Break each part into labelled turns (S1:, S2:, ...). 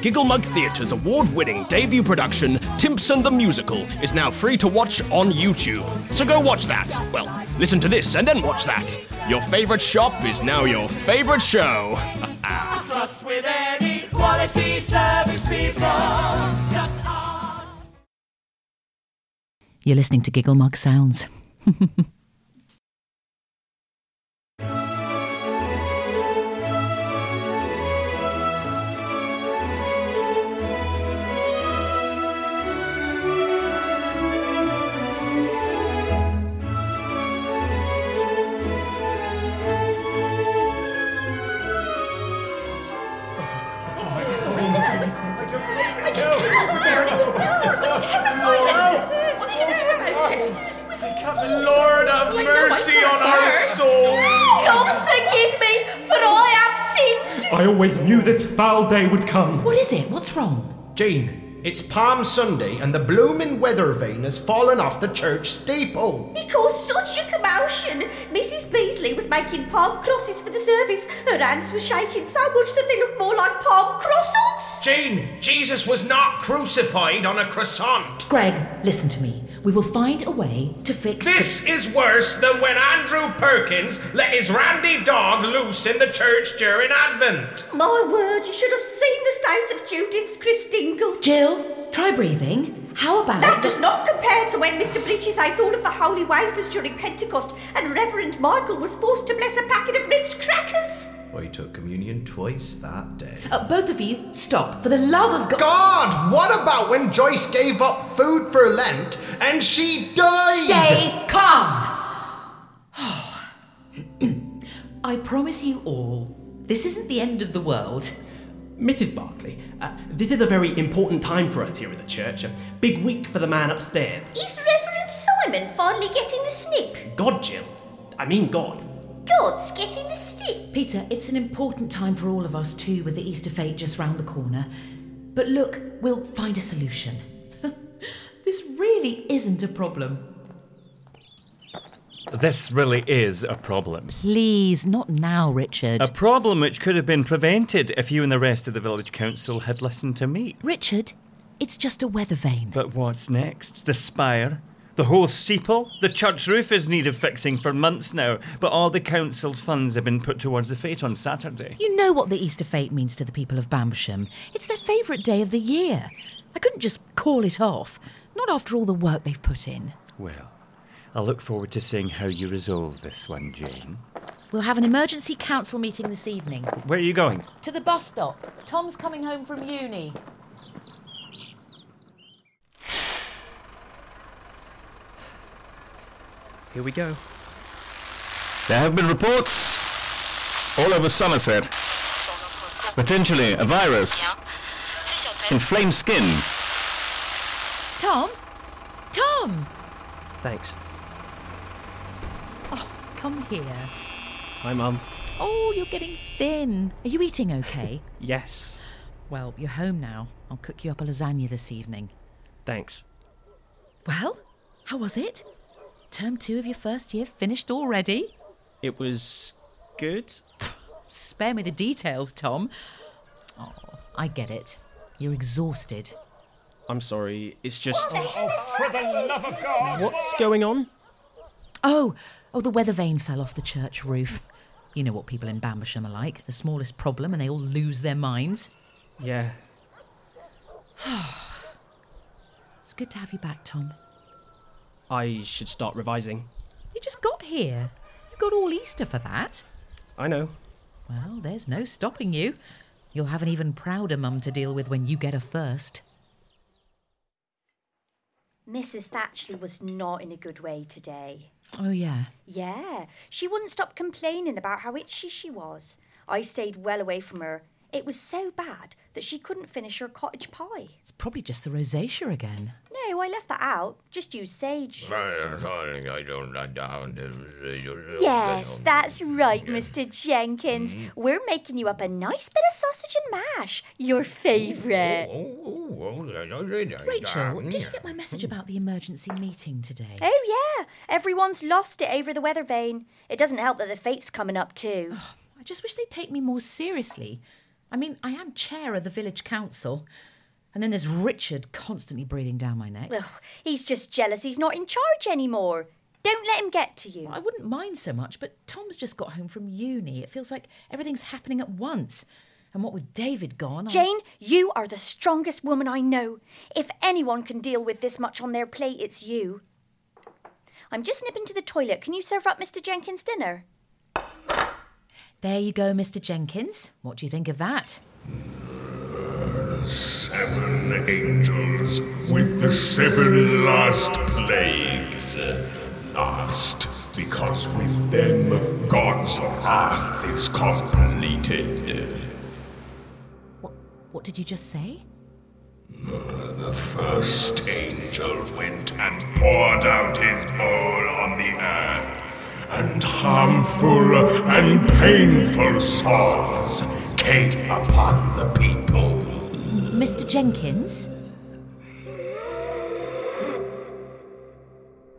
S1: Giggle Mug Theatre's award winning debut production, Timpson the Musical, is now free to watch on YouTube. So go watch that. Well, listen to this and then watch that. Your favorite shop is now your favorite show.
S2: Trust with any quality service people. Just ask.
S3: You're listening to Giggle Mug Sounds.
S4: I just fell over there and it was there. It was terrifying. What are you going to do about it? It was like,
S2: Have the Lord have
S4: Well, I know I
S2: mercy
S4: saw it
S2: on our
S4: first.
S2: souls.
S4: God forgive me for all I have sinned.
S2: I always knew this foul day would come.
S3: What is it? What's wrong?
S5: Jean, it's Palm Sunday and the bloomin' weather vane has fallen off the church steeple.
S4: He caused such a commotion. Mrs. Beasley was making palm crosses for the service. Her hands were shaking so much that they looked more like palm croissants.
S5: Jean, Jesus was not crucified on a croissant.
S3: Greg, listen to me. We will find a way to fix
S5: This is worse than when Andrew Perkins let his randy dog loose in the church during Advent.
S4: My word, you should have seen the state of Judith's Christingle.
S3: Jill, try breathing. How about
S4: That does not compare to when Mr. Bridges ate all of the holy wafers during Pentecost and Reverend Michael was forced to bless a packet of Ritz crackers.
S5: Oh,
S6: I took communion twice that day.
S3: Uh, both of you, stop. For the love of God.
S5: God, what about when Joyce gave up food for Lent and she died?
S3: Stay calm. I promise you all, this isn't the end of the world.
S7: Mrs. Barclay, uh, this is a very important time for us here at the church. A big week for the man upstairs.
S4: Is Reverend Simon finally getting the snip?
S7: God, Jill. I mean, God.
S4: God's getting the snip.
S3: Peter, it's an important time for all of us too, with the Easter fate just round the corner. But look, we'll find a solution. this really isn't a problem.
S8: This really is a problem.
S3: Please, not now, Richard.
S8: A problem which could have been prevented if you and the rest of the village council had listened to me.
S3: Richard, it's just a weather vane.
S8: But what's next? The spire? The whole steeple? The church roof is need of fixing for months now, but all the council's funds have been put towards the fete on Saturday.
S3: You know what the Easter fete means to the people of Bambersham. It's their favourite day of the year. I couldn't just call it off, not after all the work they've put in.
S8: Well, I look forward to seeing how you resolve this one, Jane.
S3: We'll have an emergency council meeting this evening.
S8: Where are you going?
S3: To the bus stop. Tom's coming home from uni.
S7: Here we go.
S9: There have been reports all over Somerset. Potentially a virus. Inflamed skin.
S3: Tom? Tom!
S7: Thanks.
S3: Come here.
S7: Hi, Mum.
S3: Oh, you're getting thin. Are you eating okay?
S7: Yes.
S3: well, you're home now. I'll cook you up a lasagna this evening.
S7: Thanks.
S3: Well, how was it? Term two of your first year finished already?
S7: It was good.
S3: Spare me the details, Tom. Oh, I get it. You're exhausted.
S7: I'm sorry. It's just.
S2: For the love of God.
S7: What's going on?
S3: Oh, oh, the weather vane fell off the church roof. You know what people in Bambersham are like the smallest problem, and they all lose their minds.
S7: Yeah.
S3: It's good to have you back, Tom.
S7: I should start revising.
S3: You just got here. You got all Easter for that.
S7: I know.
S3: Well, there's no stopping you. You'll have an even prouder mum to deal with when you get her first.
S4: Mrs. Thatchley was not in a good way today.
S3: Oh, yeah.
S4: Yeah, she wouldn't stop complaining about how itchy she was. I stayed well away from her. It was so bad that she couldn't finish her cottage pie.
S3: It's probably just the rosacea again.
S4: No, I left that out. Just use sage. Yes, that's right, Mr. Jenkins. We're making you up a nice bit of sausage and mash, your favourite.
S3: Rachel, did you get my message about the emergency meeting today?
S4: Oh, yeah, everyone's lost it over the weather vane. It doesn't help that the fate's coming up, too.
S3: I just wish they'd take me more seriously. I mean, I am chair of the village council. And then there's Richard constantly breathing down my neck.
S4: Ugh, he's just jealous he's not in charge anymore. Don't let him get to you.
S3: I wouldn't mind so much, but Tom's just got home from uni. It feels like everything's happening at once. And what with David gone, I-
S4: Jane, you are the strongest woman I know. If anyone can deal with this much on their plate, it's you. I'm just nipping to the toilet. Can you serve up Mr. Jenkins' dinner?
S3: There you go, Mr. Jenkins. What do you think of that?
S10: Seven angels with the seven last plagues. Last, because with them God's wrath is completed.
S3: What did you just say?
S10: The first angel went and poured out his bowl on the earth, and harmful and painful sores came upon the people.
S3: Mr. Jenkins?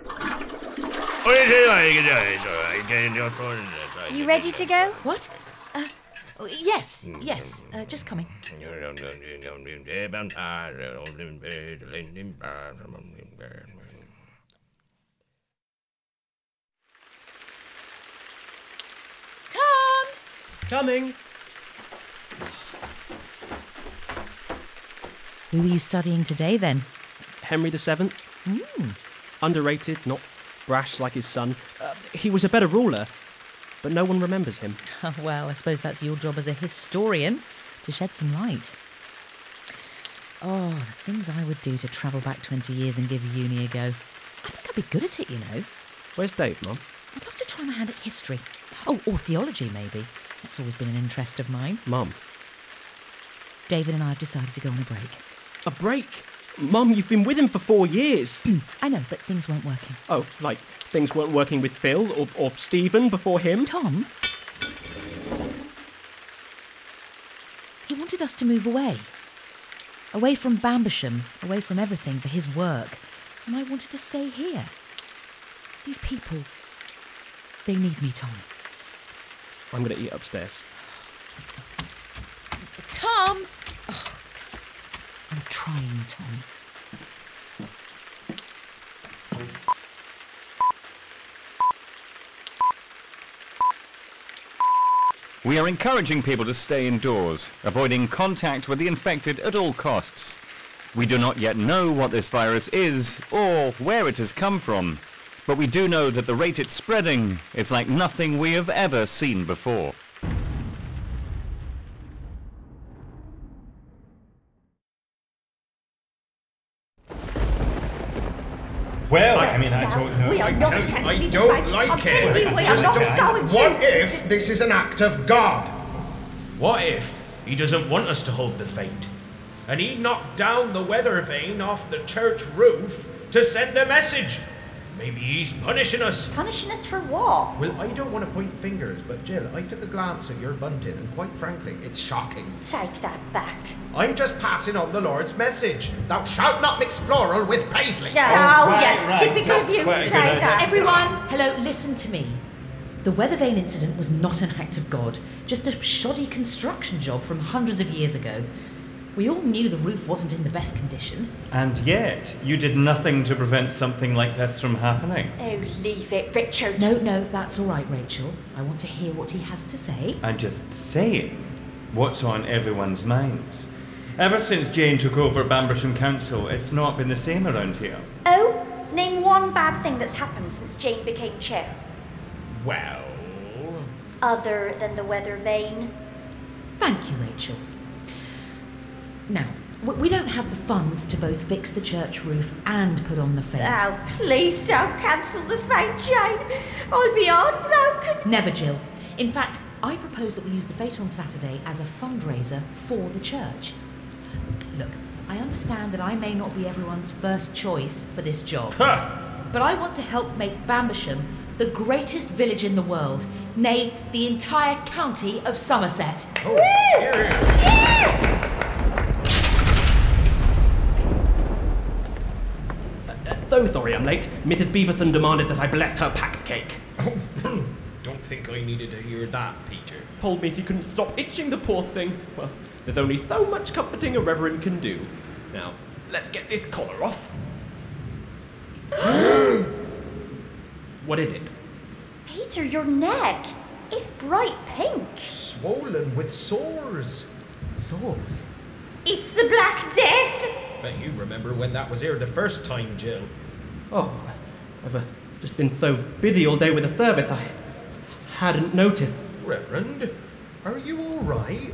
S11: What do you do? You can do it. It's all right. You can do it for it. It's all right.
S4: You ready to go?
S3: What? Uh, oh, yes, yes, uh, just coming. Tom!
S7: Coming.
S3: Who are you studying today then?
S12: Henry VII.
S3: Mm.
S12: Underrated, not brash like his son. Uh, he was a better ruler, but no one remembers him.
S3: Oh, well, I suppose that's your job as a historian to shed some light. Oh, the things I would do to travel back 20 years and give uni a go. I think I'd be good at it, you know.
S12: Where's Dave, Mum?
S3: I'd love to try my hand at history. Oh, or theology, maybe. That's always been an interest of mine.
S12: Mum.
S3: David and I have decided to go on a break.
S12: A break? Mum, you've been with him for four years.
S3: I know, but things weren't working.
S12: Oh, like things weren't working with Phil or, or Stephen before him?
S3: Tom? He wanted us to move away. Away from Bambersham, away from everything for his work. And I wanted to stay here. These people. They need me, Tom.
S12: I'm going to eat upstairs.
S3: Tom! Oh, I'm trying, Tom.
S9: We are encouraging people to stay indoors, avoiding contact with the infected at all costs. We do not yet know what this virus is or where it has come from, but we do know that the rate it's spreading is like nothing we have ever seen before.
S2: Well, I mean, I don't know.
S4: We are not
S2: don't-
S4: cancelling
S5: I
S4: the
S5: don't
S4: fight. I'm
S5: like
S4: telling
S5: it.
S4: you, we
S5: Just
S4: are not
S5: don't.
S4: going to.
S5: What if this is an act of God?
S11: What if he doesn't want us to hold the fate?
S5: And he knocked down the weather vane off the church roof to send a message.
S11: Maybe he's punishing us.
S4: Punishing us for what?
S5: Well, I don't want to point fingers, but Jill, I took a glance at your bunting, and quite frankly, it's shocking.
S4: Take that back.
S5: I'm just passing on the Lord's message. Thou shalt not mix floral with paisley.
S4: Yeah. Oh, Right, yeah. right. Typical
S5: That's
S4: of you to
S5: quite a
S4: say
S5: good idea.
S3: Everyone, hello, listen to me. The weather vane incident was not an act of God, just a shoddy construction job from hundreds of years ago. We all knew the roof wasn't in the best condition.
S8: And yet, you did nothing to prevent something like this from happening.
S4: Oh, leave it, Richard.
S3: No, no, that's all right, Rachel. I want to hear what he has to say.
S8: I'm just saying what's on everyone's minds. Ever since Jane took over Bambersham Council, it's not been the same around here.
S4: Oh, name one bad thing that's happened since Jane became chair,
S11: Well,
S4: other than the weather vane.
S3: Thank you, Rachel. Now, w- we don't have the funds to both fix the church roof and put on the fence.
S4: Oh, please don't cancel the fate, Jane. I'll be heartbroken.
S3: Never, Jill. In fact, I propose that we use the fete on Saturday as a fundraiser for the church. Look, I understand that I may not be everyone's first choice for this job. But I want to help make Bambersham the greatest village in the world, nay, the entire county of Somerset.
S12: Though sorry I'm late, Mrs. Beaverton demanded that I bless her packed cake.
S5: Don't
S2: think I needed to hear that, Peter.
S7: Told me if he couldn't stop itching the poor thing. Well, there's only so much comforting a reverend can do. Now, let's get this collar off. what is it?
S4: Peter, your neck is bright pink.
S2: Swollen with sores.
S3: Sores?
S4: It's the Black Death!
S2: Bet you remember when that was here the first time, Jill.
S7: Oh, I've uh, just been so busy all day with the service, I hadn't noticed.
S2: Reverend, are you all right?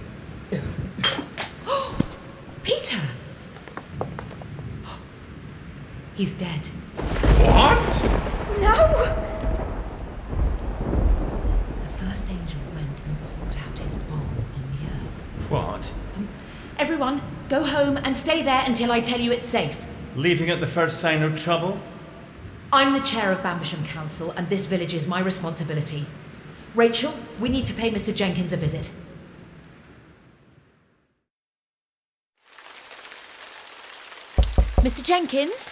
S3: Peter! He's dead.
S2: What?
S4: No!
S3: The first angel went and poured out his bowl on the earth.
S8: What?
S3: Everyone, go home and stay there until I tell you it's safe.
S8: Leaving at the first sign of trouble?
S3: I'm the chair of Bambersham Council, and this village is my responsibility. Rachel, we need to pay Mr. Jenkins a visit. Mr. Jenkins?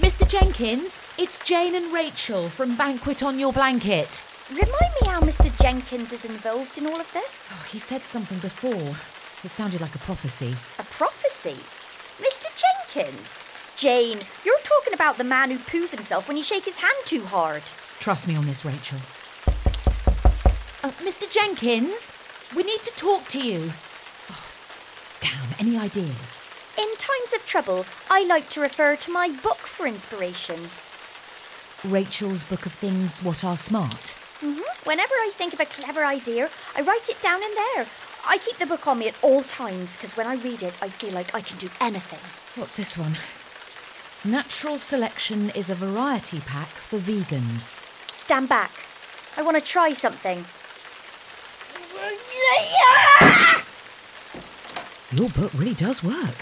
S3: Mr. Jenkins, it's Jane and Rachel from Banquet on Your Blanket.
S4: Remind me how Mr. Jenkins is involved in all of this?
S3: Oh, He said something before. It sounded like a prophecy.
S4: A prophecy? Mr. Jenkins? Jane, you're talking about the man who poos himself when you shake his hand too hard.
S3: Trust me on this, Rachel. Uh, Mr. Jenkins, we need to talk to you. Oh, damn, any ideas?
S4: In times of trouble, I like to refer to my book for inspiration.
S3: Rachel's Book of Things What Are Smart.
S4: hmm Whenever I think of a clever idea, I write it down in there. I keep the book on me at all times because when I read it, I feel like I can do anything.
S3: What's this one? Natural selection is a variety pack for vegans.
S4: Stand back. I want to try something.
S3: Your book really does work.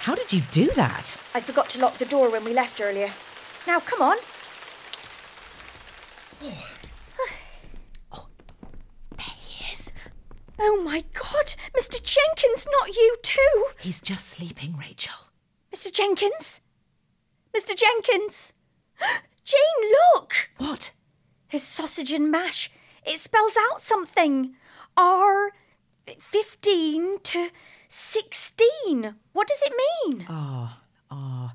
S3: How did you do that?
S4: I forgot to lock the door when we left earlier. Now, come on. There he is. Oh my god, Mr. Jenkins, not you too.
S3: He's just sleeping, Rachel.
S4: Mr. Jenkins? Mr. Jenkins? Jane, look!
S3: What?
S4: His sausage and mash. It spells out something. R 15 to 16. What does it mean?
S3: Ah, ah.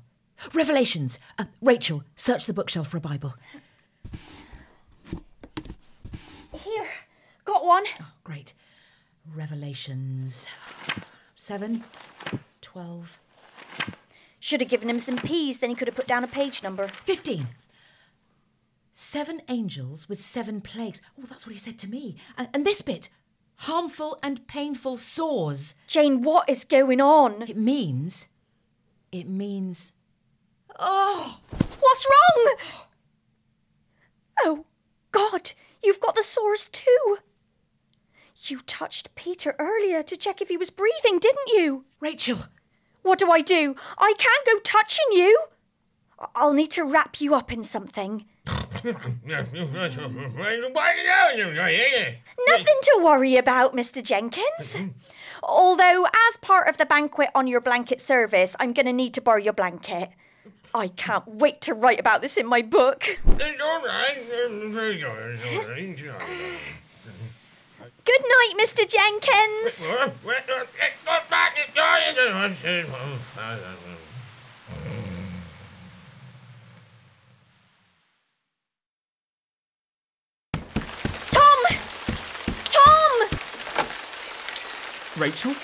S3: Revelations! Uh, Rachel, search the bookshelf for a Bible.
S4: Here, got one.
S3: Great. Revelations 7, 12,
S4: Should have given him some peas, then he could have put down a page number.
S3: 15. Seven angels with seven plagues. Oh, that's what he said to me. And, and this bit harmful and painful sores.
S4: Jane, what is going on?
S3: It means. It means. Oh!
S4: What's wrong? Oh, God, you've got the sores too. You touched Peter earlier to check if he was breathing, didn't you?
S3: Rachel!
S4: What do I do? I can't go touching you. I- I'll need to wrap you up in something. Nothing to worry about, Mr. Jenkins. Although, as part of the banquet on your blanket service, I'm going to need to borrow your blanket. I can't wait to write about this in my book. Good night, Mr. Jenkins. Tom! Tom!
S7: Rachel?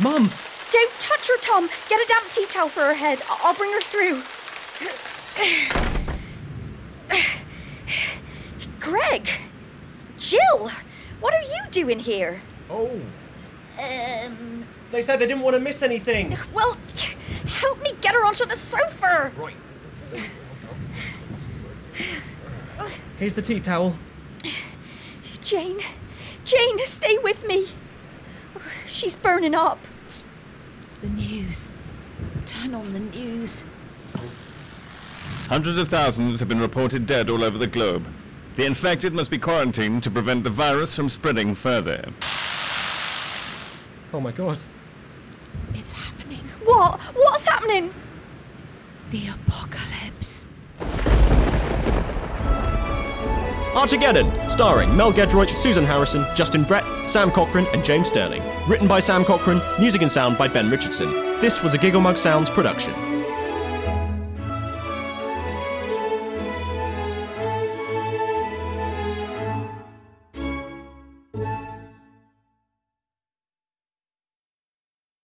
S7: Mum!
S4: Don't touch her, Tom. Get a damp tea towel for her head. I- I'll bring her through. Greg! Jill! What are you doing here?
S7: Oh.
S4: Um,
S7: They said they didn't want to miss anything.
S4: well, help me get her onto the sofa.
S2: Right.
S12: Here's the tea towel.
S4: Jane, Jane, stay with me. She's burning up.
S3: The news. Turn on the news.
S9: Hundreds of thousands have been reported dead all over the globe. The infected must be quarantined to prevent the virus from spreading further.
S12: Oh my god.
S3: It's happening.
S4: What? What's happening?
S3: The apocalypse.
S9: Armageddon, starring Mel Gedroych, Susan Harrison, Justin Brett, Sam Cochran, and James Sterling. Written by Sam Cochran, music and sound by Ben Richardson. This was a Gigglemug Sounds production.